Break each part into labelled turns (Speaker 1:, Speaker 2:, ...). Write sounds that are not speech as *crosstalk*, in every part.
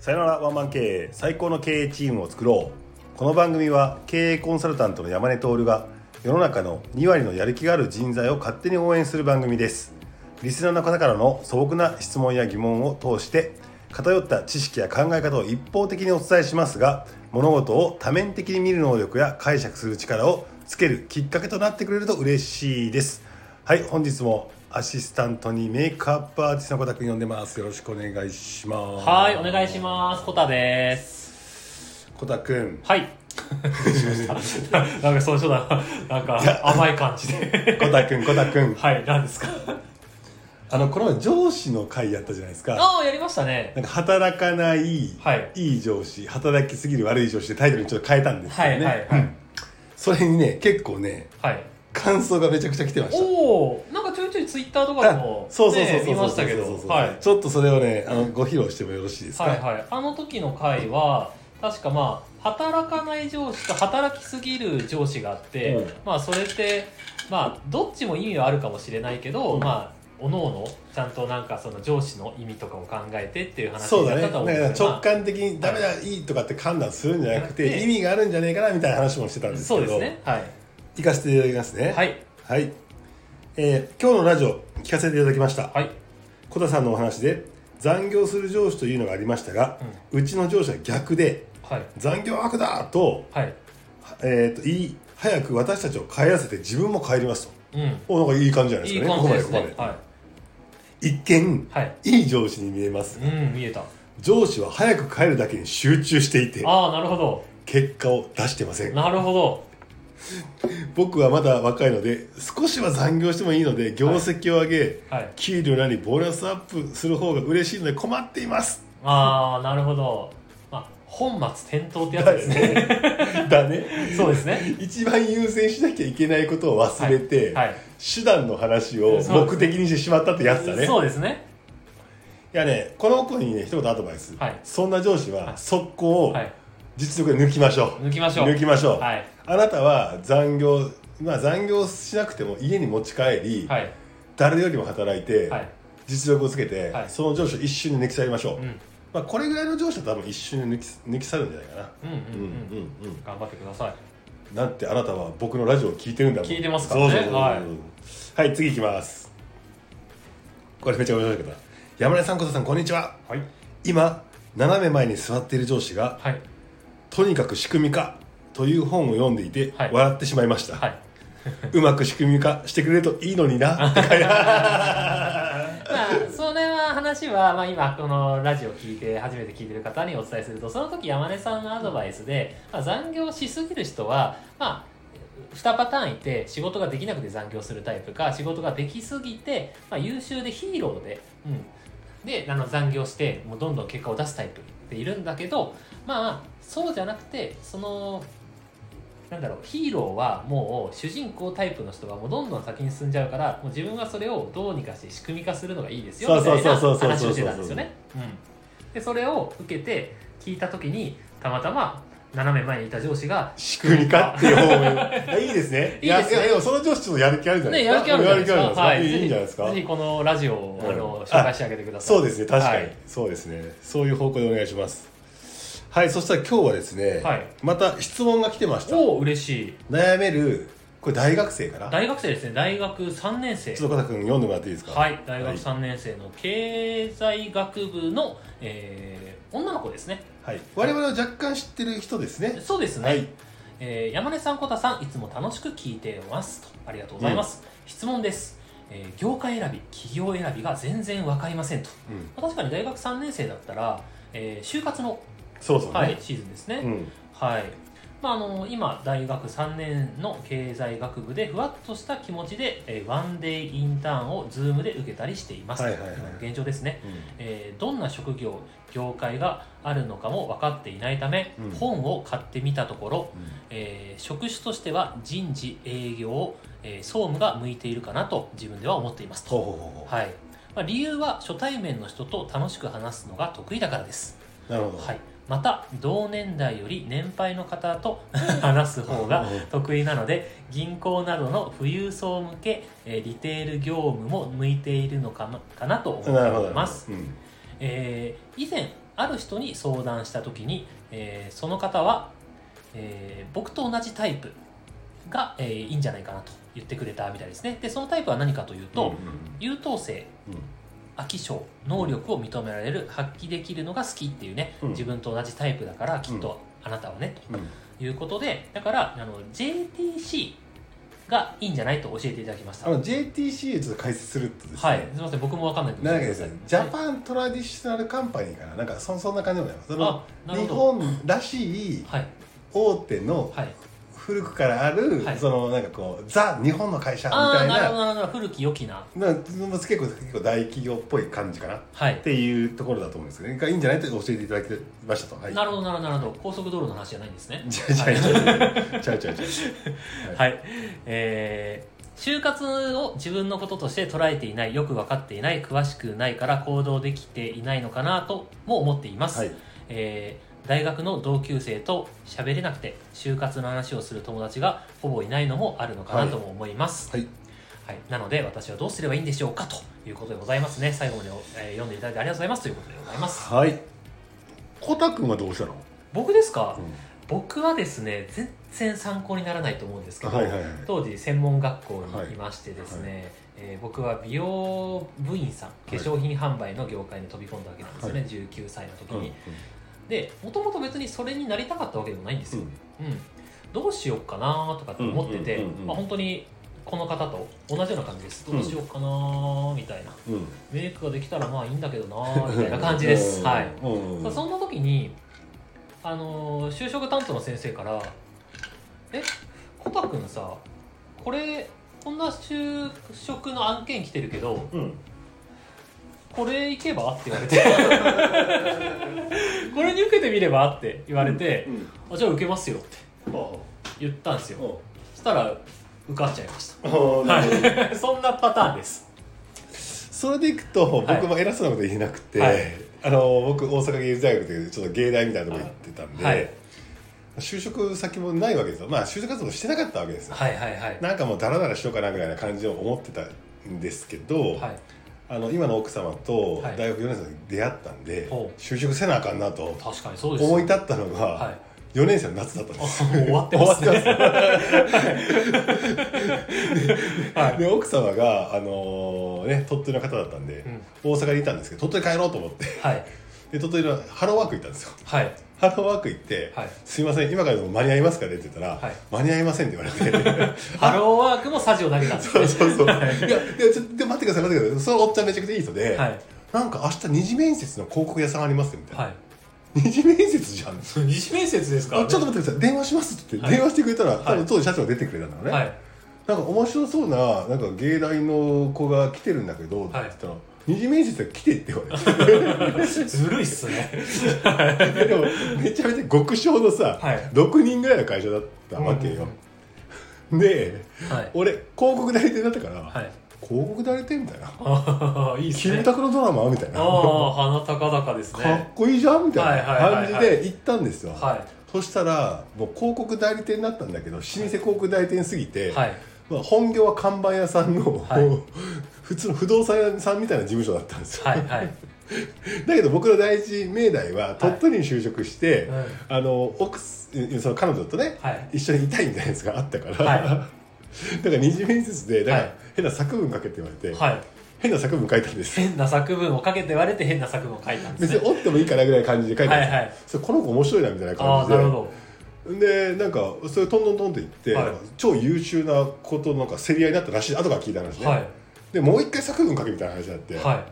Speaker 1: さよならワンマン経営最高の経営チームを作ろうこの番組は経営コンサルタントの山根徹が世の中の2割のやる気がある人材を勝手に応援する番組ですリスナーの方からの素朴な質問や疑問を通して偏った知識や考え方を一方的にお伝えしますが物事を多面的に見る能力や解釈する力をつけるきっかけとなってくれると嬉しいですはい本日もアシスタントにメイクアップアーティストの小田君呼んでますよろしくお願いします
Speaker 2: はい、お願いします。コタです。
Speaker 1: 小田君
Speaker 2: はい。 *laughs* なんかそうそうだ。 *laughs* なんか甘い感じで。 *laughs*
Speaker 1: 小田君小田君
Speaker 2: はい、なんですか。
Speaker 1: あのこの前上司の会やったじゃないですか
Speaker 2: ああ、やりましたね
Speaker 1: な。んか働かない、
Speaker 2: はい
Speaker 1: い上司働きすぎる悪い上司でタイトルにちょっと変えたんですけどね、
Speaker 2: はいはいはい
Speaker 1: うんそれにね結構ね
Speaker 2: はい。
Speaker 1: 感想がめちゃくちゃ来てました
Speaker 2: おお、なんかちょいちょいツイッターとかで
Speaker 1: あ
Speaker 2: も、
Speaker 1: そうそうそう
Speaker 2: ね
Speaker 1: そう
Speaker 2: 見ましたけ
Speaker 1: そ
Speaker 2: ど、
Speaker 1: うそうそう
Speaker 2: はい。
Speaker 1: ちょっとそれをねあのご披露してもよろしいですか、
Speaker 2: はいはい。あの時の回は、確かまあ、働かない上司と働きすぎる上司があって、
Speaker 1: うん
Speaker 2: まあそれって、まあどっちも意味はあるかもしれないけど、
Speaker 1: うん
Speaker 2: まあ、おのおのちゃんとなんかその上司の意味とかを考えてっていう話
Speaker 1: そう
Speaker 2: に
Speaker 1: だ
Speaker 2: なっ
Speaker 1: ねだ
Speaker 2: たと
Speaker 1: か
Speaker 2: 思うんで
Speaker 1: ら
Speaker 2: すよ
Speaker 1: 直感的にダメだいいとかって判断するんじゃなく
Speaker 2: はい
Speaker 1: て意味があるんじゃねえかなみたいな話もしてたんですけ
Speaker 2: そう
Speaker 1: ど
Speaker 2: ですねはい
Speaker 1: 行かせていただきますね
Speaker 2: はい
Speaker 1: はい、えー今日のラジオ聞かせていただきました、
Speaker 2: はい
Speaker 1: 小田さんのお話で残業する上司というのがありましたが、うちの上司は逆で
Speaker 2: はい
Speaker 1: 残業悪だと,、
Speaker 2: はい
Speaker 1: えー、と言い早く私たちを帰らせて自分も帰りますと
Speaker 2: うん
Speaker 1: おなんかいい感じじゃないで
Speaker 2: いい
Speaker 1: すかね
Speaker 2: 感じです
Speaker 1: ここまで
Speaker 2: ね
Speaker 1: ここま
Speaker 2: は
Speaker 1: で一見
Speaker 2: いはい
Speaker 1: いい上司に見えます
Speaker 2: うん見えた
Speaker 1: 上司は早く帰るだけに集中していて
Speaker 2: ああなるほど
Speaker 1: 結果を出してません
Speaker 2: なるほど
Speaker 1: 僕はまだ若いので少しは残業してもいいので業績を上げ、
Speaker 2: はい
Speaker 1: 給料なりボーナスアップする方が嬉しいので困っています
Speaker 2: ああなるほどまあ本末転倒ってやつですね
Speaker 1: だね
Speaker 2: *laughs* そうですね
Speaker 1: 一番優先しなきゃいけないことを忘れて、
Speaker 2: はい
Speaker 1: 手段の話を目的にしてしまったってやつだねい
Speaker 2: そうですね
Speaker 1: やねこの子にね一言アドバイス、
Speaker 2: はい
Speaker 1: そんな上司
Speaker 2: は
Speaker 1: はい速攻を
Speaker 2: はい
Speaker 1: 実力で抜きましょう、
Speaker 2: 抜きましょう
Speaker 1: 抜きましょう、
Speaker 2: はい
Speaker 1: あなたは残業まあ残業しなくても家に持ち帰り、
Speaker 2: はい
Speaker 1: 誰よりも働いて、
Speaker 2: はい
Speaker 1: 実力をつけて、
Speaker 2: はい
Speaker 1: その上司を一瞬で抜き去りましょう、
Speaker 2: うん
Speaker 1: まあ、これぐらいの上司は多分一瞬で抜き抜き去るんじゃないかな
Speaker 2: うんう
Speaker 1: う
Speaker 2: ん
Speaker 1: んう
Speaker 2: うん
Speaker 1: んうん
Speaker 2: 頑張ってください
Speaker 1: だってあなたは僕のラジオを聞いてるんだもん
Speaker 2: 聞いてますからね
Speaker 1: そうそうそう
Speaker 2: は
Speaker 1: はい、次いきますこれめっちゃ面白いけど山根さん小田さんこんにちは
Speaker 2: はい
Speaker 1: 今斜め前に座っている上司が
Speaker 2: はい
Speaker 1: 「とにかく仕組み化」という本を読んでいて、
Speaker 2: はい
Speaker 1: 笑ってしまいました、
Speaker 2: はいう
Speaker 1: まく仕組み化してくれるといいのになって書いてある
Speaker 2: まあ、それは話は、まあ、今このラジオ聞いて初めて聞いてる方にお伝えするとその時山根さんのアドバイスで、まあ、残業しすぎる人は、まあ、2パターンいて仕事ができなくて残業するタイプか仕事ができすぎて、まあ、優秀でヒーローで、うん、であの残業してもうどんどん結果を出すタイプっているんだけどまあそうじゃなくてそのなんだろうヒーローはもう主人公タイプの人がもうどんどん先に進んじゃうからもう自分はそれをどうにかして仕組み化するのがいいですよ
Speaker 1: そう
Speaker 2: みたいな
Speaker 1: そうそうそうそ
Speaker 2: 話
Speaker 1: うそう
Speaker 2: をしてたんですよね。うん、でそれを受けて聞いた時にたまたま斜め前にいた上司が
Speaker 1: 仕組み化っていう本をいいですね
Speaker 2: *laughs* いいですね
Speaker 1: やややその上司ちょっとやる気あるんじゃない
Speaker 2: ね
Speaker 1: ですか
Speaker 2: やる気あるじゃないですか。
Speaker 1: やる気あるんじゃないですかいい
Speaker 2: ぜひ
Speaker 1: いいんじゃないですか
Speaker 2: ぜひこのラジオを、あ
Speaker 1: うん
Speaker 2: の紹介してあげてください。
Speaker 1: そうですね確かに、
Speaker 2: はい
Speaker 1: そうですねそういう方向でお願いしますはいそしたら今日はですね、
Speaker 2: はい
Speaker 1: また質問が来てました
Speaker 2: おお嬉しい。
Speaker 1: 悩めるこれ大学生かな
Speaker 2: 大学生ですね。大学3年生。
Speaker 1: ちょっと片君読んでもらっていいですか
Speaker 2: はい、大学
Speaker 1: は
Speaker 2: 3年生の経済学部の、えー女の子ですね。
Speaker 1: い、はい我々は若干知ってる人ですね
Speaker 2: そうですね。
Speaker 1: はい
Speaker 2: えー山根さん、小田さん、いつも楽しく聞いてますと。ありがとうございます。質問です、えー業界選び、企業選びが全然わかりませんと。
Speaker 1: うん
Speaker 2: まあ確かに大学3年生だったら、えー就活の、
Speaker 1: そうそうね、
Speaker 2: はい、シーズンですね。
Speaker 1: うん
Speaker 2: はい。まあ、あの今大学3年の経済学部でふわっとした気持ちで、えーワンデイインターンを Zoom で受けたりしています、
Speaker 1: はいはいはい
Speaker 2: 今の現状ですね、えーどんな職業業界があるのかも分かっていないため、
Speaker 1: うん
Speaker 2: 本を買ってみたところ、
Speaker 1: うん
Speaker 2: えー職種としては人事営業、えー総務が向いているかなと自分では思っていますと
Speaker 1: ほうほうほうほう
Speaker 2: はいまあ、理由は初対面の人と楽しく話すのが得意だからです
Speaker 1: なるほど、
Speaker 2: はい、また同年代より年配の方と
Speaker 1: *laughs*
Speaker 2: 話す方が得意なので銀行などの富裕層向けえーリテール業務も向いているのかなかなと思
Speaker 1: なるほ
Speaker 2: っ
Speaker 1: ど
Speaker 2: ています、
Speaker 1: うん
Speaker 2: えー以前あある人に相談した時に、えーその方は、えー僕と同じタイプが、えーいいんじゃないかなと言ってくれたみたいですねでそのタイプは何かというと、
Speaker 1: うん
Speaker 2: 優等生
Speaker 1: うんうん
Speaker 2: 飽き性能力を認められる発揮できるのが好きっていうね、
Speaker 1: うん
Speaker 2: 自分と同じタイプだからきっとあなたはね、
Speaker 1: うん
Speaker 2: ということでだからあの JTC がいいんじゃないと教えていただきました
Speaker 1: あの JTC をちょっと解説するとですね、
Speaker 2: はいすみません僕もわかんない
Speaker 1: なんだっけですねジャ
Speaker 2: ン
Speaker 1: パントラディショナルカンパニーかななんかそそんな感じでございますその
Speaker 2: あなる
Speaker 1: 日
Speaker 2: ほど
Speaker 1: 本らしい
Speaker 2: はい
Speaker 1: 大手の
Speaker 2: はい
Speaker 1: 古くからある、
Speaker 2: はい
Speaker 1: そのなんかこうザ日本の会社み
Speaker 2: あ
Speaker 1: た
Speaker 2: あ
Speaker 1: い
Speaker 2: なるほ
Speaker 1: な
Speaker 2: どなるほど古き良きな
Speaker 1: な結構結構大企業っぽい感じかなっ
Speaker 2: はい
Speaker 1: ていうところだと思うんですけど、ね、がいいんじゃないと教えていただきましたと、はい、
Speaker 2: なるほどなるほどなるほど高速道路の話じゃないんですね
Speaker 1: じゃあじゃあじゃあじゃあじゃあじゃあ
Speaker 2: はい、えー就活を自分のこととして捉えていないよく分かっていない詳しくないから行動できていないのかなとも思っています、
Speaker 1: はい
Speaker 2: えー大学の同級生と喋れなくて就活の話をする友達がほぼいないのもあるのかなとも思います、
Speaker 1: はい
Speaker 2: はいなので私はどうすればいいんでしょうかということでございますね最後まで、えー読んでいただいてありがとうございますということでございます
Speaker 1: はいコタ君はどうしたの、
Speaker 2: 僕ですか、
Speaker 1: う
Speaker 2: 僕はですね全然参考にならないと思うんですけ
Speaker 1: ん、
Speaker 2: ど、
Speaker 1: はいはいはい
Speaker 2: 当時専門学校にいましてですね、えー僕は美容部員さん化
Speaker 1: い
Speaker 2: 粧品販売の業界に飛び込んだわけなんですよね、
Speaker 1: は
Speaker 2: 19歳の時
Speaker 1: うんうん
Speaker 2: に、でもともと別にそれになりたかったわけでもないんですよ、うんどうしようかなとかって思ってて、
Speaker 1: うんうんうんうん
Speaker 2: まあ、本当にこの方と同じような感じです
Speaker 1: うん
Speaker 2: どうしようかなみたいな、
Speaker 1: うんうん
Speaker 2: メイクができたらまあいいんだけどなみたいな感じ
Speaker 1: *laughs*
Speaker 2: ですはい、
Speaker 1: うんうん
Speaker 2: さそんな時に、あのー就職担当の先生から「えコタくんさこれこんな就職の案件来てるけど
Speaker 1: うん
Speaker 2: これ行けば?」って言われて *laughs* これに受けてみればって言われて
Speaker 1: うん
Speaker 2: 「あじゃあ受けますよ」って
Speaker 1: あ
Speaker 2: 言ったんですよ
Speaker 1: あ
Speaker 2: そしたら受かっちゃいまし
Speaker 1: ああ
Speaker 2: た
Speaker 1: なるほど
Speaker 2: はい *laughs* そんなパターンです
Speaker 1: それでいくと
Speaker 2: はい
Speaker 1: 僕も偉そうなこと言えなくて、
Speaker 2: はい
Speaker 1: あの僕大阪芸術大学でちょっと芸大みたいなとこ行ってたんで、
Speaker 2: はい
Speaker 1: 就職先もないわけですよまあ就職活動してなかったわけですよ、
Speaker 2: はいはいはい
Speaker 1: なんかもうダラダラしようかなぐらいな感じを思ってたんですけど、
Speaker 2: はい
Speaker 1: あの今の奥様と
Speaker 2: はい
Speaker 1: 大学4年生で出会ったんで、
Speaker 2: ほう
Speaker 1: 就職せなあかんなと
Speaker 2: 確かにそうですよ
Speaker 1: 思い立ったの
Speaker 2: は
Speaker 1: が
Speaker 2: い
Speaker 1: 4年生の夏だったん
Speaker 2: あ
Speaker 1: で
Speaker 2: もう
Speaker 1: す、
Speaker 2: 終わっ
Speaker 1: *laughs*
Speaker 2: てますね
Speaker 1: 終わ
Speaker 2: はい
Speaker 1: で奥様が、あのね、鳥取の方だったんで、
Speaker 2: うん
Speaker 1: 大阪にいたんですけど鳥取帰ろうと思って
Speaker 2: はい
Speaker 1: で鳥取のハローワーク行ったんですよ *laughs*
Speaker 2: はい
Speaker 1: ハローワーク行って、
Speaker 2: はい
Speaker 1: すいません、今からでも間に合いますかねって言ったら、
Speaker 2: はい
Speaker 1: 間に合いませんって言われ
Speaker 2: *laughs*
Speaker 1: て、
Speaker 2: ハローワークもサジを投げたん *laughs* です
Speaker 1: そう
Speaker 2: ね
Speaker 1: そうそう。いや、いや、ちょっと待ってください、待ってください。そのおっちゃんめちゃくちゃいい人で、
Speaker 2: はい
Speaker 1: なんか明日二次面接の広告屋さんありますよみたいな。
Speaker 2: はい
Speaker 1: 二次面接じゃん。ち
Speaker 2: 二次面接ですか
Speaker 1: ょっ
Speaker 2: ら
Speaker 1: と
Speaker 2: ね
Speaker 1: 待ってください、電話しますって言って、
Speaker 2: はい
Speaker 1: 電話してくれたら、多
Speaker 2: は
Speaker 1: 分
Speaker 2: い
Speaker 1: 当時社長が出てくれたんだろうね。
Speaker 2: はい
Speaker 1: なんか面白そうな、なんか芸大の子が来てるんだけど、って言ったら、二次面接が来てって言われて。
Speaker 2: ずるいっすね *laughs*
Speaker 1: でもめちゃめちゃ極小のさ、
Speaker 2: はい
Speaker 1: 6人ぐらいの会社だったわけよ、で
Speaker 2: はい
Speaker 1: 俺広告代理店だったから、
Speaker 2: はい
Speaker 1: 広告代理店みたいな
Speaker 2: ああいいっす
Speaker 1: キム
Speaker 2: ね
Speaker 1: タクのドラマみたいな
Speaker 2: ああ鼻高々です
Speaker 1: かっ
Speaker 2: ね
Speaker 1: こいいじゃんみたいな
Speaker 2: はいはいはい
Speaker 1: 感
Speaker 2: はい
Speaker 1: じで行ったんですよ、
Speaker 2: は
Speaker 1: そしたらもう広告代理店だったんだけど老舗広告代理店すぎて、
Speaker 2: いはい
Speaker 1: まあ、本業は看板屋さんの、
Speaker 2: はい
Speaker 1: 普通の不動産屋さんみたいな事務所だったんですよ、
Speaker 2: はいはい
Speaker 1: だけど僕の第一命題は鳥取に就職して、
Speaker 2: はい
Speaker 1: あの奥すその彼女とね、
Speaker 2: はい
Speaker 1: 一緒にいたいみたいなやつがあったから、*laughs*
Speaker 2: は
Speaker 1: だから二次面接でなんか
Speaker 2: はい
Speaker 1: 変な作文書けって言われて、
Speaker 2: はい
Speaker 1: 変な作文書いたんです
Speaker 2: 変な作文をかけて割れて変な作文を書いたんです
Speaker 1: 別
Speaker 2: ね
Speaker 1: に折ってもいいかなぐらいの感じで書いたんですよ、
Speaker 2: はいはい
Speaker 1: それこの子面白いなみたいな
Speaker 2: あ
Speaker 1: 感
Speaker 2: あ
Speaker 1: じ
Speaker 2: な
Speaker 1: で
Speaker 2: るほ
Speaker 1: でなんかそれトントントンって言って、
Speaker 2: はい
Speaker 1: 超優秀なことなんか競り合いになったらしい後から聞いた話ね、
Speaker 2: どはい
Speaker 1: でもう一回作文書けみたいな話になって、
Speaker 2: は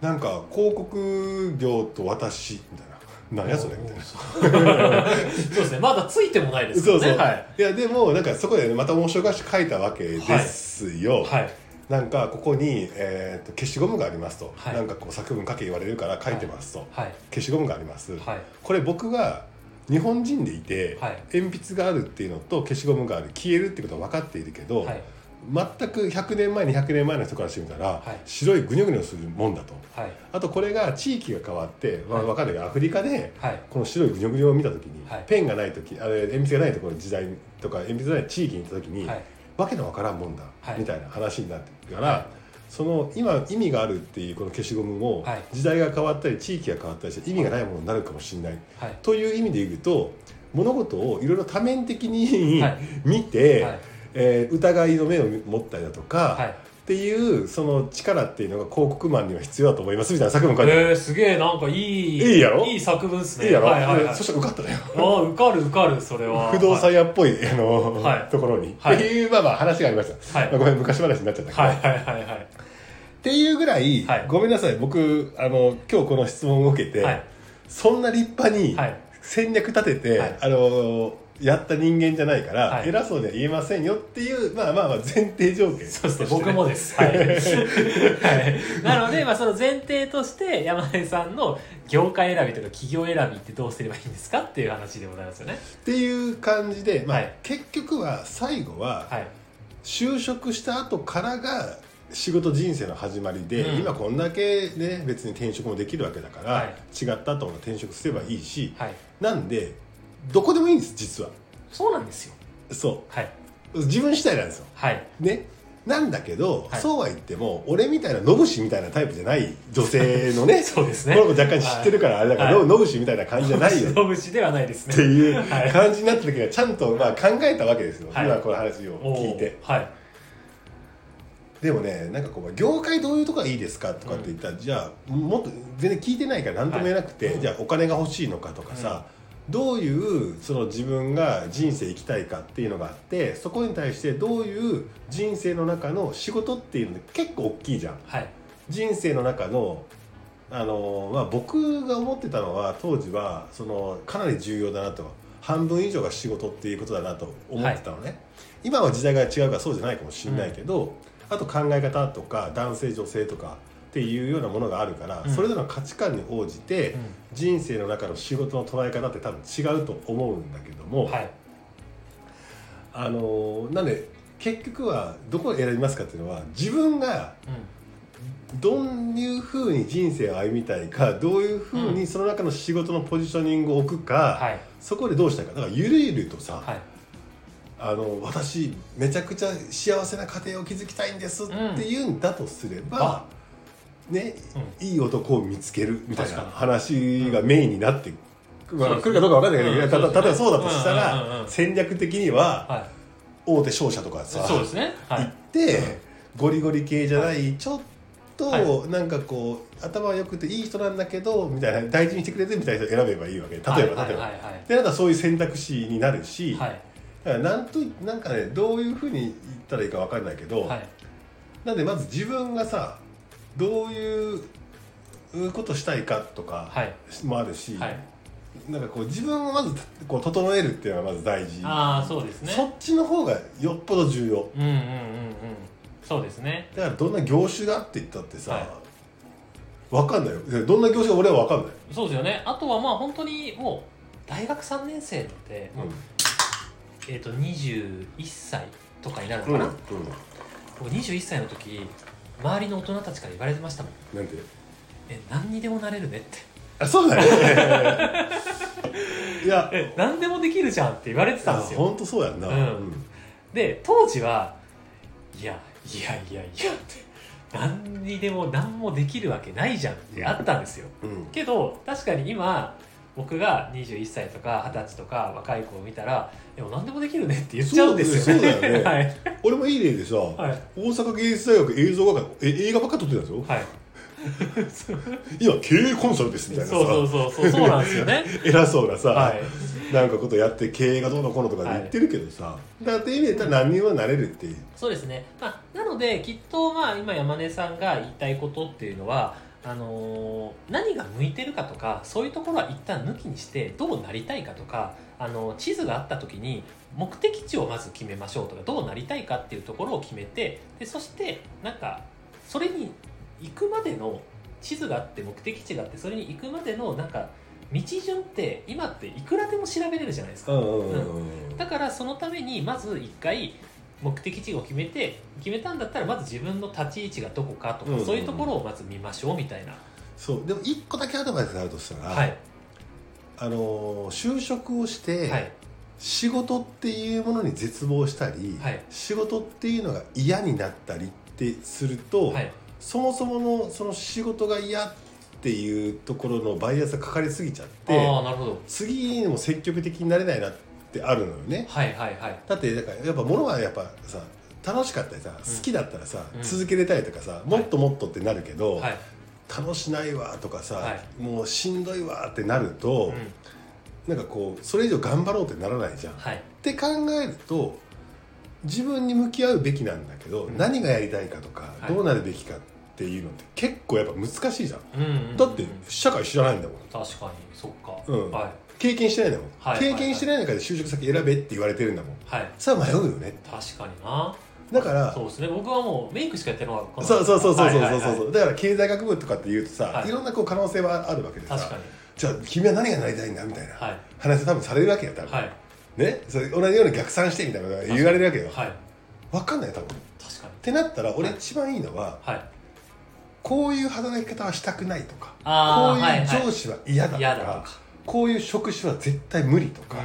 Speaker 1: なんか広告業と私みたいな「 *laughs*
Speaker 2: い
Speaker 1: 何やそれ」みたいな
Speaker 2: そうですねまだついてもないですか
Speaker 1: そ
Speaker 2: ら
Speaker 1: う
Speaker 2: ね
Speaker 1: そう、
Speaker 2: はい
Speaker 1: い、やでもなんかそこでねまた面白がし書いたわけですよ、
Speaker 2: はい
Speaker 1: なんかここに、えーと消しゴムがありますと、
Speaker 2: はい
Speaker 1: なんかこう作文書け言われるから書いてますと、
Speaker 2: はい
Speaker 1: 消しゴムがあります、
Speaker 2: はい
Speaker 1: これ僕が日本人でいて、
Speaker 2: はい
Speaker 1: 鉛筆があるっていうのと消しゴムがある消えるってことは分かっているけど、
Speaker 2: はい
Speaker 1: 全く100年前200年前の人からしてみたら、
Speaker 2: はい
Speaker 1: 白いグニョグニョするもんだと
Speaker 2: はい
Speaker 1: あとこれが地域が変わって、まあ
Speaker 2: はい
Speaker 1: 分かんないけどアフリカで、
Speaker 2: はい
Speaker 1: この白いぐにょぐにょを見た時に、
Speaker 2: はい
Speaker 1: ペンがない時あれ鉛筆がないところの時代とか鉛筆がない地域に行った時に、
Speaker 2: はい
Speaker 1: わけのわからんもんだ、
Speaker 2: はい
Speaker 1: みたいな話になってくるから、その今意味があるっていうこの消しゴムも
Speaker 2: はい
Speaker 1: 時代が変わったり地域が変わったりして意味がないものになるかもしれない
Speaker 2: はい
Speaker 1: という意味で言うと物事をいろいろ多面的に
Speaker 2: はい
Speaker 1: *laughs* 見て、
Speaker 2: はい
Speaker 1: えー疑いの目を持ったりだとか、
Speaker 2: はい
Speaker 1: っていうその力っていうのが広告マンには必要だと思いますみたいな作文書いてある、
Speaker 2: えー、すげえなんかいい
Speaker 1: いいやろ
Speaker 2: いい作文っすね
Speaker 1: いいやろ、
Speaker 2: はいはいはい
Speaker 1: そしたら受かったのよ
Speaker 2: ああ受かる受かるそれは
Speaker 1: 不動産屋っぽい、あの
Speaker 2: はい
Speaker 1: ところに、
Speaker 2: はい
Speaker 1: っていうまあまあ話がありました、
Speaker 2: はい
Speaker 1: まあごめん昔話になっちゃったけど、
Speaker 2: はい
Speaker 1: っ
Speaker 2: はいはいはい
Speaker 1: ていうぐらい、
Speaker 2: はい
Speaker 1: ごめんなさい僕あの今日この質問を受けて、
Speaker 2: はい
Speaker 1: そんな立派に
Speaker 2: はい
Speaker 1: 戦略立てて、
Speaker 2: はい
Speaker 1: あのやった人間じゃないから、
Speaker 2: はい
Speaker 1: 偉そうには言えませんよっていうまあまあまあ前提条件
Speaker 2: そうですね
Speaker 1: として
Speaker 2: 僕も
Speaker 1: *laughs*
Speaker 2: ですはい、はい、なので、まあ、その前提として山根さんの業界選びとか企業選びってどうすればいいんですかっていう話でございますよね
Speaker 1: っていう感じで、まあ
Speaker 2: はい
Speaker 1: 結局は最後は、
Speaker 2: はい
Speaker 1: 就職した後からが仕事人生の始まりで、
Speaker 2: うん
Speaker 1: 今こんだけね別に転職もできるわけだから、
Speaker 2: はい
Speaker 1: 違った後も転職すればいいし
Speaker 2: はい
Speaker 1: なんでどこでもいいんです実は
Speaker 2: そうなんですよ
Speaker 1: そ
Speaker 2: はいう
Speaker 1: 自分次第なんですよ
Speaker 2: はい
Speaker 1: ねなんだけど、
Speaker 2: はい
Speaker 1: そうは言っても俺みたいなノブシみたいなタイプじゃない女性のね
Speaker 2: *laughs* そうですね
Speaker 1: この子若干知ってるからあれだから、
Speaker 2: はい
Speaker 1: ノブシみたいな感じじゃないよ
Speaker 2: 野口ではないですね
Speaker 1: っていう
Speaker 2: *laughs* はい
Speaker 1: 感じになった時はちゃんとまあ考えたわけですよ、
Speaker 2: はい
Speaker 1: 今この話を
Speaker 2: おー
Speaker 1: 聞いて。
Speaker 2: はい
Speaker 1: でもねなんかこう業界どういうとこがいいですかとかって言ったら、じゃあもっと全然聞いてないから何とも言えなくて、
Speaker 2: はい
Speaker 1: じゃあお金が欲しいのかとかさ、どういうその自分が人生生きたいかっていうのがあってそこに対してどういう人生の中の仕事っていうのって結構大きいじゃん。
Speaker 2: はい
Speaker 1: 人生の中のあの、まあ、僕が思ってたのは当時はそのかなり重要だなと半分以上が仕事っていうことだなと思ってたのね、今は時代が違うからそうじゃないかもしれないけど、あと考え方とか男性女性とかっていうようなものがあるから、
Speaker 2: うん
Speaker 1: それぞれの価値観に応じて、
Speaker 2: う
Speaker 1: 人生の中の仕事の捉え方って多分違うと思うんだけども、
Speaker 2: んはい
Speaker 1: あのなんで結局はどこを選びますかっていうのは自分が
Speaker 2: うん
Speaker 1: どういうふうに人生を歩みたいかどういうふうにその中の仕事のポジショニングを置くか、
Speaker 2: はい
Speaker 1: そこでどうしたいかだからゆるゆるとさ、
Speaker 2: はい
Speaker 1: あの私めちゃくちゃ幸せな家庭を築きたいんですっていうんだとすれば、ね、いい男を見つけるみたいな
Speaker 2: 確かに
Speaker 1: 話がメインになってくる、まあ
Speaker 2: そうです
Speaker 1: 来るかどうかわかんないけど、
Speaker 2: うん
Speaker 1: いやた
Speaker 2: そうですね
Speaker 1: 例えばそうだとしたら、
Speaker 2: うんうんうんうん
Speaker 1: 戦略的には
Speaker 2: はい
Speaker 1: 大手商社とかさ
Speaker 2: そうですねは
Speaker 1: 行
Speaker 2: い
Speaker 1: って、
Speaker 2: うん
Speaker 1: ゴリゴリ系じゃない、ちょっ
Speaker 2: は
Speaker 1: となんかこう頭は良くていい人なんだけどみたいな大事にしてくれてみたいな人を選べばいいわけ例えば、
Speaker 2: はい
Speaker 1: 例えば。
Speaker 2: はいはい
Speaker 1: でなんかそういう選択肢になるし、
Speaker 2: はい
Speaker 1: だからなんとなんかねどういうふうに言ったらいいか分かんないけど、
Speaker 2: はいはい
Speaker 1: なんでまず自分がさどういうことしたいかとか
Speaker 2: はい
Speaker 1: もあるし、
Speaker 2: はい
Speaker 1: なんかこう自分をまずこう整えるっていうのがまず大事、
Speaker 2: ああそうですね
Speaker 1: そっちの方がよっぽど重要
Speaker 2: うんうんうんうんそうですね
Speaker 1: だからどんな業種がって言ったってさ、
Speaker 2: はい
Speaker 1: わかんないよどんな業種か俺はわかんない、
Speaker 2: そうですよねあとはまあ本当にもう大学3年生って、えっと21歳とかになるのかな、僕21歳の時周りの大人たちから言われてましたもん
Speaker 1: なんて
Speaker 2: え何にでもなれるねって
Speaker 1: あそうだよねいや
Speaker 2: え何でもできるじゃんって言われてたんですよ
Speaker 1: 本当そうやんな、
Speaker 2: うんで当時はいやいやいやいやって何にでも何もできるわけないじゃんってあったんですよ
Speaker 1: うんうん
Speaker 2: けど確かに今僕が21歳とか二十歳とか若い子を見たら「でも何でもできるね」って言っちゃうんですよね。
Speaker 1: そうだよね
Speaker 2: はい
Speaker 1: 俺もいい例でさ、
Speaker 2: はい
Speaker 1: 大阪芸術大学映像学科え映画ばっか撮ってたんですよ、
Speaker 2: はい、
Speaker 1: *laughs* 今経営コンサルですみたいなさ
Speaker 2: そうそうそうそうそうなんです
Speaker 1: *laughs*
Speaker 2: よね。
Speaker 1: 偉そうなさ、
Speaker 2: はい、
Speaker 1: なんかことやって経営がどうのこうのとか言ってるけどさ、だって意味で言ったら何にもなれるっていう
Speaker 2: そうですね、まあ、なのできっとまあ今山根さんが言いたいことっていうのはあのー何が向いてるかとかそういうところは一旦抜きにしてどうなりたいかとか、あの地図があった時に目的地をまず決めましょうとかどうなりたいかっていうところを決めてでそしてなんかそれに行くまでの地図があって目的地があってそれに行くまでのなんか道順って今っていくらでも調べれるじゃないですか。
Speaker 1: んうんうん
Speaker 2: だからそのためにまず一回目的地を決めて決めたんだったらまず自分の立ち位置がどこかとか、
Speaker 1: うんうんうん
Speaker 2: そういうところをまず見ましょうみたいな、
Speaker 1: そうでも一個だけアドバイスがあるとしたら、
Speaker 2: はい
Speaker 1: あのー就職をして、
Speaker 2: はい
Speaker 1: 仕事っていうものに絶望したり、
Speaker 2: はい
Speaker 1: 仕事っていうのが嫌になったりってすると、
Speaker 2: はい
Speaker 1: そもそものその仕事が嫌っていうところのバイアスがかかりすぎちゃっ
Speaker 2: ああ
Speaker 1: て
Speaker 2: なるほど
Speaker 1: 次にも積極的になれないなってあるのよね
Speaker 2: はいはいはい
Speaker 1: だってだからやっぱ物はやっぱさ楽しかったりさ好きだったらさ、
Speaker 2: うん
Speaker 1: 続けれたりとかさ、もっともっとってなるけど、
Speaker 2: はい、
Speaker 1: 楽しないわとかさ、
Speaker 2: は
Speaker 1: もうしんどいわってなると
Speaker 2: う、ん、
Speaker 1: なんかこうそれ以上頑張ろうってならないじゃん。っ
Speaker 2: はい
Speaker 1: て考えると自分に向き合うべきなんだけど、
Speaker 2: うん
Speaker 1: 何がやりたいかとか、
Speaker 2: はい
Speaker 1: どうなるべきかっていうのって結構やっぱ難しいじゃん。
Speaker 2: うんうんうん
Speaker 1: だって社会知らないんだもん。
Speaker 2: 確かにそっか、
Speaker 1: うん
Speaker 2: はい
Speaker 1: 経験してないんだもん、
Speaker 2: はい
Speaker 1: 経験してない中で就職先選べって言われてるんだもん。
Speaker 2: はい
Speaker 1: さあ迷うよね。
Speaker 2: 確かにな
Speaker 1: だから
Speaker 2: そうですね僕はもうメイクしかやってなかった
Speaker 1: そうそうそうそうそうそうそう、
Speaker 2: はいはいはい
Speaker 1: だから経済学部とかっていうとさ、
Speaker 2: はい
Speaker 1: い、ろんなこう可能性はあるわけでさ
Speaker 2: 確かに
Speaker 1: じゃあ君は何がなりたいんだみたいな
Speaker 2: はい
Speaker 1: 話を多分されるわけよ多分、
Speaker 2: はい
Speaker 1: ねそれ同じように逆算してみたいなことが言われるわけよ
Speaker 2: はい
Speaker 1: 分かんないよ多分っ
Speaker 2: 確かに
Speaker 1: てなったら俺
Speaker 2: はい
Speaker 1: 一番いいのは、
Speaker 2: はい
Speaker 1: こういう働き方はしたくないとかこ
Speaker 2: あ
Speaker 1: う
Speaker 2: ー
Speaker 1: いう上司は嫌だとか,、
Speaker 2: 嫌だとか
Speaker 1: こういう職種は絶対無理と
Speaker 2: うん
Speaker 1: か、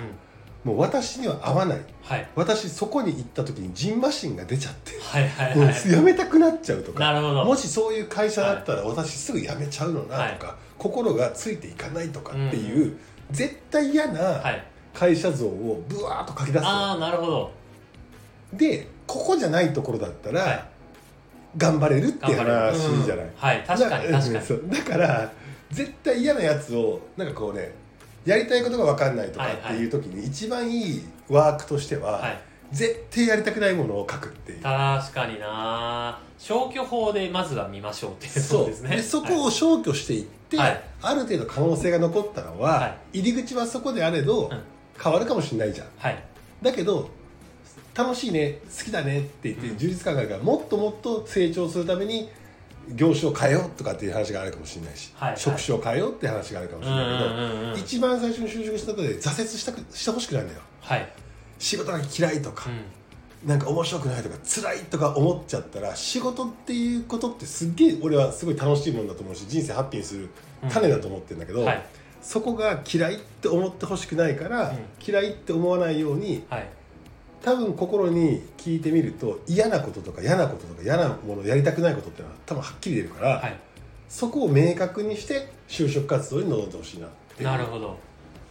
Speaker 1: もう私には合わない
Speaker 2: はい
Speaker 1: 私そこに行った時にジンマシンが出ちゃって、
Speaker 2: *laughs* はいはい
Speaker 1: も
Speaker 2: は
Speaker 1: う
Speaker 2: い
Speaker 1: 辞めたくなっちゃうとか
Speaker 2: なるほど
Speaker 1: もしそういう会社だったら私すぐ辞めちゃうのなとか、心がついていかないとかっていう、
Speaker 2: うん
Speaker 1: 絶対嫌
Speaker 2: は
Speaker 1: ない会社像をブワーッと書き出すの
Speaker 2: ああなるほど
Speaker 1: でここじゃないところだったら、
Speaker 2: はい
Speaker 1: 頑張れるって
Speaker 2: 頑張れる
Speaker 1: 話じゃない、
Speaker 2: うんはい確かに
Speaker 1: だ
Speaker 2: 確かに
Speaker 1: そうだから絶対嫌なやつをなんかこうねやりたいことが分かんないとかっていう時に一番いいワークとしては、
Speaker 2: はい
Speaker 1: 絶対やりたくないものを書くっていう
Speaker 2: 確かにな消去法でまずは見ましょうっていう
Speaker 1: そう
Speaker 2: ですね
Speaker 1: でそこ
Speaker 2: を
Speaker 1: を消去していって、
Speaker 2: はい
Speaker 1: ある程度可能性が残ったのは、
Speaker 2: は
Speaker 1: 入り口はそこであれど、
Speaker 2: うん
Speaker 1: 変わるかもしれないじゃん
Speaker 2: はい
Speaker 1: だけど楽しいね好きだねって言って
Speaker 2: うん
Speaker 1: 充実感があるから、もっともっと成長するために業種を変えようとかっていう話があるかもしれないし、
Speaker 2: はいはい
Speaker 1: 職種を変えようって話があるかも
Speaker 2: う
Speaker 1: し
Speaker 2: ん
Speaker 1: れ
Speaker 2: う
Speaker 1: ないけど、
Speaker 2: んうんうん
Speaker 1: 一番最初に就職したことで挫折したくしてほしくないんだよ
Speaker 2: はい
Speaker 1: 仕事が嫌いとか、なんか面白くないとか辛いとか思っちゃったら仕事っていうことってすっげえ俺はすごい楽しいもんだと思うし人生ハッピーにする種だと思ってるんだけ
Speaker 2: う
Speaker 1: ど、
Speaker 2: んはい
Speaker 1: そこが嫌いって思ってほしくないから、
Speaker 2: うん
Speaker 1: 嫌いって思わないように
Speaker 2: はい
Speaker 1: 多分心に聞いてみると嫌なこととか嫌なこととか嫌なものやりたくないことってのは多分はっきり出るから、
Speaker 2: はい
Speaker 1: そこを明確にして就職活動に臨んでほしいなっていう
Speaker 2: なるほど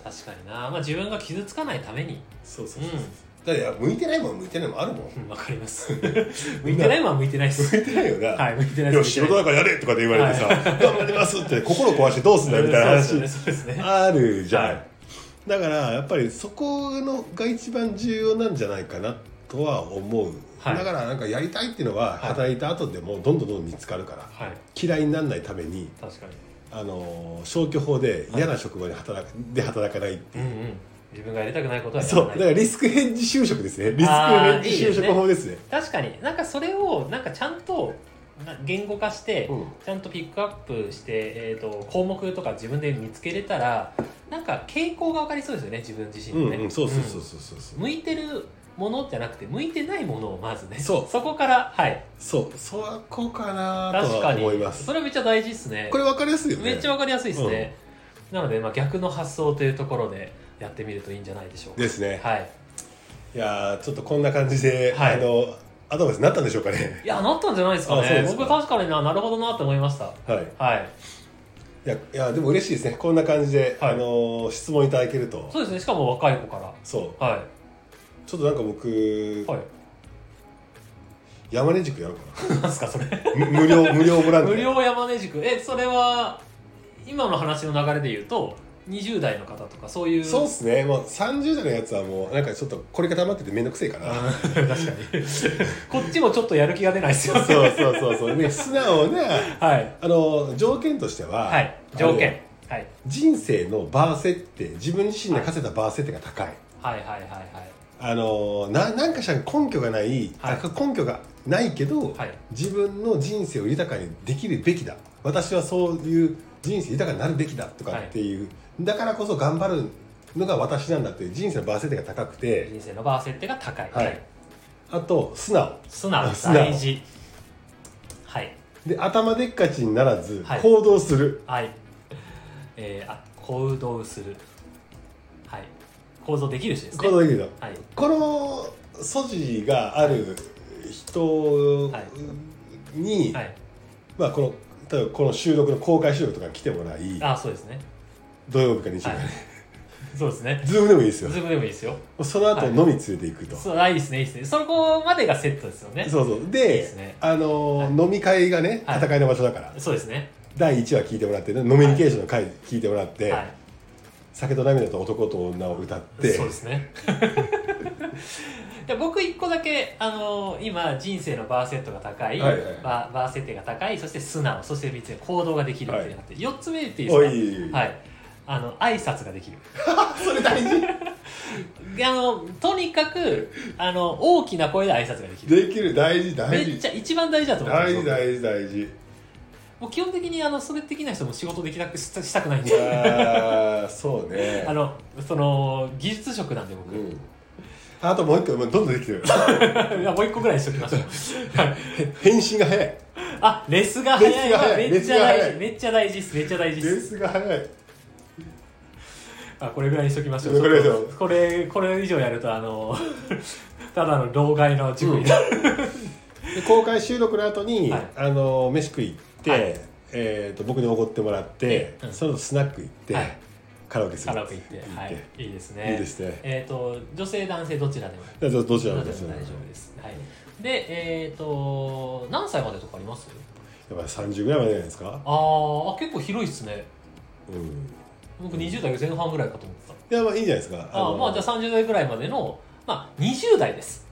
Speaker 2: 確かになまあ自分が傷つかないために
Speaker 1: そうそうそうそう、だって向いてないもん向いてないもんあるもん
Speaker 2: うんわかります
Speaker 1: *laughs*
Speaker 2: 向いてないもんは向いてないです
Speaker 1: 向いてないよな、
Speaker 2: はい向いてない
Speaker 1: い
Speaker 2: で
Speaker 1: や
Speaker 2: す
Speaker 1: 仕事だからやれとかで言われてさ、頑張りますって心壊してどうすんだよみたいな話、
Speaker 2: そうですねそうですね
Speaker 1: あるじゃん、
Speaker 2: はい
Speaker 1: だからやっぱりそこのが一番重要なんじゃないかなとは思う、
Speaker 2: はい
Speaker 1: だからなんかやりたいっていうのは働いた後でもどんどんどんどん見つかるから
Speaker 2: はい
Speaker 1: 嫌いにならないために
Speaker 2: 確かに
Speaker 1: あのー消去法で嫌な職場に働く、で働かないって
Speaker 2: う
Speaker 1: い
Speaker 2: ん
Speaker 1: う、
Speaker 2: うん自分がやりたくないことはやら
Speaker 1: そ
Speaker 2: な
Speaker 1: う
Speaker 2: い
Speaker 1: だからリスクヘッジ就職ですねリスクヘッジ就職法ですね
Speaker 2: 確かになんかそれをなんかちゃんとな言語化して、
Speaker 1: うん
Speaker 2: ちゃんとピックアップして、えー、と項目とか自分で見つけれたらなんか傾向が分かりそうですよね自分自身のね、
Speaker 1: うんうんそうそうそうそうそうそう
Speaker 2: うん向いてるものじゃなくて向いてないものをまずね
Speaker 1: そう
Speaker 2: こからはい
Speaker 1: そうそこかなと
Speaker 2: 確か
Speaker 1: は
Speaker 2: に
Speaker 1: 思います
Speaker 2: それめっちゃ大事ですね
Speaker 1: これ分かりやすいよね
Speaker 2: めっちゃ分かりやすいですね、なので、まあ、逆の発想というところでやってみるといいんじゃないでしょうか
Speaker 1: ですね
Speaker 2: はい
Speaker 1: いやーちょっとこんな感じで、
Speaker 2: はい
Speaker 1: あのアドバイスになったんでしょうか
Speaker 2: *laughs*
Speaker 1: ね
Speaker 2: いやなったんじゃないですか
Speaker 1: あそう
Speaker 2: ね
Speaker 1: ですか
Speaker 2: 僕確かにななるほどなって思いました
Speaker 1: はい
Speaker 2: はい
Speaker 1: いやいやでも嬉しいですねこんな感じで、
Speaker 2: はい
Speaker 1: あのー質問いただけると
Speaker 2: そうですねしかも若い子から
Speaker 1: そう
Speaker 2: は
Speaker 1: ちょっとなんか僕、
Speaker 2: いはい
Speaker 1: 山根塾やろう
Speaker 2: 何すかそれ
Speaker 1: か *laughs* なむ無料無料ボランティ
Speaker 2: 無
Speaker 1: ア
Speaker 2: 料山根塾えそれは今の話の流れで言うと20代の方とかそういう
Speaker 1: そうっすねもう30代のやつはもうなんかちょっとこれ固まってて面倒くせえかな
Speaker 2: 確かにこっちもちょっとやる気が出ないですよね
Speaker 1: *laughs* そうそうそうそうね素直な
Speaker 2: *laughs* はい
Speaker 1: あのー条件としては、
Speaker 2: はい条件はい
Speaker 1: あの人生のバー設定自分自身で課せたバー設定が高い、
Speaker 2: はいはいはいはい
Speaker 1: あのななんかしら根拠がない、
Speaker 2: は
Speaker 1: あ
Speaker 2: い
Speaker 1: 根拠がないけど、
Speaker 2: はい
Speaker 1: 自分の人生を豊かにできるべきだ私はそういう人生豊かになるべきだとかっていう、だからこそ頑張るのが私なんだっていう人生のバーセテが高くて
Speaker 2: 人生のバー設定が高い、
Speaker 1: はいあと素直
Speaker 2: 素直
Speaker 1: あ素直
Speaker 2: 大事はい
Speaker 1: で頭でっかちにならず
Speaker 2: はい
Speaker 1: 行動する、
Speaker 2: はいえー、あ行動するはい行動できる人ですね
Speaker 1: 行動できるの
Speaker 2: はい
Speaker 1: この素地がある人
Speaker 2: はい
Speaker 1: に
Speaker 2: はい
Speaker 1: まあこの例えばこの収録の公開収録とかに来てもらい
Speaker 2: あそうですね
Speaker 1: 土曜日か日曜日かね、
Speaker 2: そうですね
Speaker 1: ズームでもいいです
Speaker 2: ズ
Speaker 1: よ
Speaker 2: ームでもいいですよ
Speaker 1: その後飲み連れていくと、
Speaker 2: そうあいいですねいいですねそこまでがセットですよね
Speaker 1: そうそう
Speaker 2: いい
Speaker 1: で
Speaker 2: ですね
Speaker 1: あのー飲み会がね
Speaker 2: はい
Speaker 1: 戦いの場所だから、
Speaker 2: そうですね
Speaker 1: 第1話聞いてもらってねノミニケーションの回聞いてもらって、
Speaker 2: はい
Speaker 1: 酒と涙と男と女を歌って
Speaker 2: そうですね *laughs* で僕一個だけ、あの今人生のバーセットが高い,バ
Speaker 1: は
Speaker 2: ー、
Speaker 1: いはい
Speaker 2: バーセットが高いそして素直そして別に行動ができるっていうのがあって、四4つ目言っていいです
Speaker 1: お
Speaker 2: か
Speaker 1: いいいいい
Speaker 2: はいあの挨拶ができる
Speaker 1: それ大事
Speaker 2: であのとにかくあの大きな声で挨拶ができ
Speaker 1: *laughs*
Speaker 2: る
Speaker 1: できる大事大
Speaker 2: めっ
Speaker 1: 事
Speaker 2: ちゃ一番大事だと思うん
Speaker 1: 大
Speaker 2: です
Speaker 1: 事
Speaker 2: よ
Speaker 1: 大事大事
Speaker 2: もう基本的にあのそれ的な人も仕事できなくししたくないん
Speaker 1: い
Speaker 2: で
Speaker 1: やーそうね
Speaker 2: あのその技術職なんで僕、
Speaker 1: うんあともう一個もうどんどんできて
Speaker 2: *laughs*
Speaker 1: る
Speaker 2: いやもう一個ぐらいにしときましょう
Speaker 1: 返信が早い
Speaker 2: あ、レスが早いわ。め
Speaker 1: レ
Speaker 2: っ
Speaker 1: ス
Speaker 2: ち
Speaker 1: が
Speaker 2: ゃ
Speaker 1: 早い
Speaker 2: 大事。めっちゃ大事っす。めっちゃ大
Speaker 1: ベ
Speaker 2: 事っ
Speaker 1: ー
Speaker 2: す。
Speaker 1: スが早い
Speaker 2: あ、これぐらいにしときましょう。
Speaker 1: これぐらいでしょ
Speaker 2: これ、これ以上やると、あの、 *laughs* ただの老害の塾になる。
Speaker 1: で公開収録の後に、
Speaker 2: はい
Speaker 1: あの飯食い行って、
Speaker 2: はい
Speaker 1: えー、と僕におごってもらって、
Speaker 2: うん
Speaker 1: その後スナック行って、
Speaker 2: はい
Speaker 1: カラオケす
Speaker 2: カ
Speaker 1: る
Speaker 2: ラオケ行って。はい。いいですね。
Speaker 1: いいですね
Speaker 2: えっと、女性、男性、どちらでも。
Speaker 1: だからどちら
Speaker 2: ど
Speaker 1: もで
Speaker 2: ちらですも
Speaker 1: ね
Speaker 2: 大丈夫です。はい。で、えっと、何歳までとかあります
Speaker 1: やっぱり30ぐらいまでじゃないですか
Speaker 2: あー、あ結構広いっすね。
Speaker 1: うん
Speaker 2: 僕20代前半ぐらいかと思ってた。
Speaker 1: いやまあいいんじゃないですか
Speaker 2: あー、
Speaker 1: の
Speaker 2: まあじゃあ30代ぐらいまでの、まあ20代です。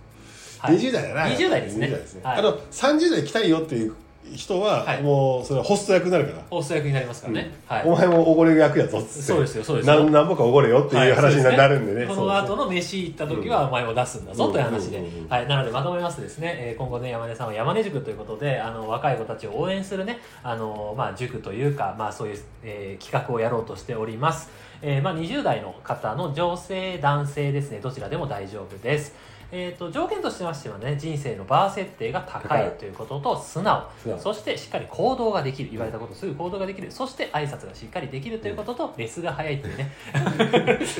Speaker 2: はい
Speaker 1: 20代だな
Speaker 2: 20代ですね
Speaker 1: 20代ですね、
Speaker 2: はい
Speaker 1: あの30代来たいよっていう人は、
Speaker 2: はい
Speaker 1: もうそれはホスト役になるから、
Speaker 2: ホスト役になりますからね。はい。
Speaker 1: お前もおごれる役やぞっつって
Speaker 2: そうですよ、そうですよ。
Speaker 1: なんなんぼかおごれよっていう話に
Speaker 2: は
Speaker 1: なるんでね,、
Speaker 2: この後の飯行った時はお前を出すんだぞという話で、
Speaker 1: うんうんうん
Speaker 2: はい、なのでまとめますとですね、えー今後ね山根さんは山根塾ということであの若い子たちを応援するねあの、まあ、塾というか、まあ、そういう、えー企画をやろうとしております、えーまあ、20代の方の女性男性ですねどちらでも大丈夫ですえー、と条件としましてはね人生のバー設定が高
Speaker 1: 高
Speaker 2: い
Speaker 1: い
Speaker 2: ということと素直
Speaker 1: 素直
Speaker 2: そしてしっかり行動ができる言われたことすぐ行動ができるそして挨拶がしっかりできるということとレスが早いっていうね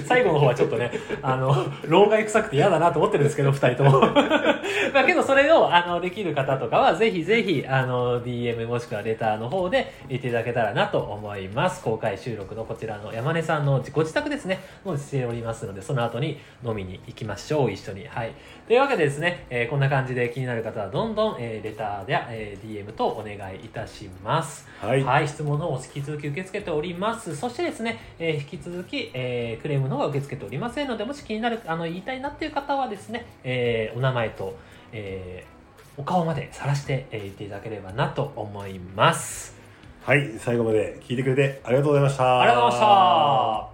Speaker 2: 最後の方はちょっとねあの老害臭くて嫌だなと思ってるんですけど2人とも *laughs* まあけどそれをあのできる方とかはぜひぜひあの DM もしくはレターの方で言っていただけたらなと思います公開収録のこちらの山根さんのご自宅ですねもしておりますのでその後に飲みに行きましょう一緒にはいというわけでですね、えーこんな感じで気になる方はどんどん、えーレターや、えー DM とお願いいたします
Speaker 1: はい、
Speaker 2: はい、質問の方を引き続き受け付けております。そしてですね、えー引き続き、えークレームの方は受け付けておりませんので、もし気になる、あの、言いたいなっていう方はですね、えーお名前と、えーお顔まで晒して、えー言っていただければなと思います。
Speaker 1: はい、最後まで聞いてくれてありがとうございました
Speaker 2: ありがとうございました。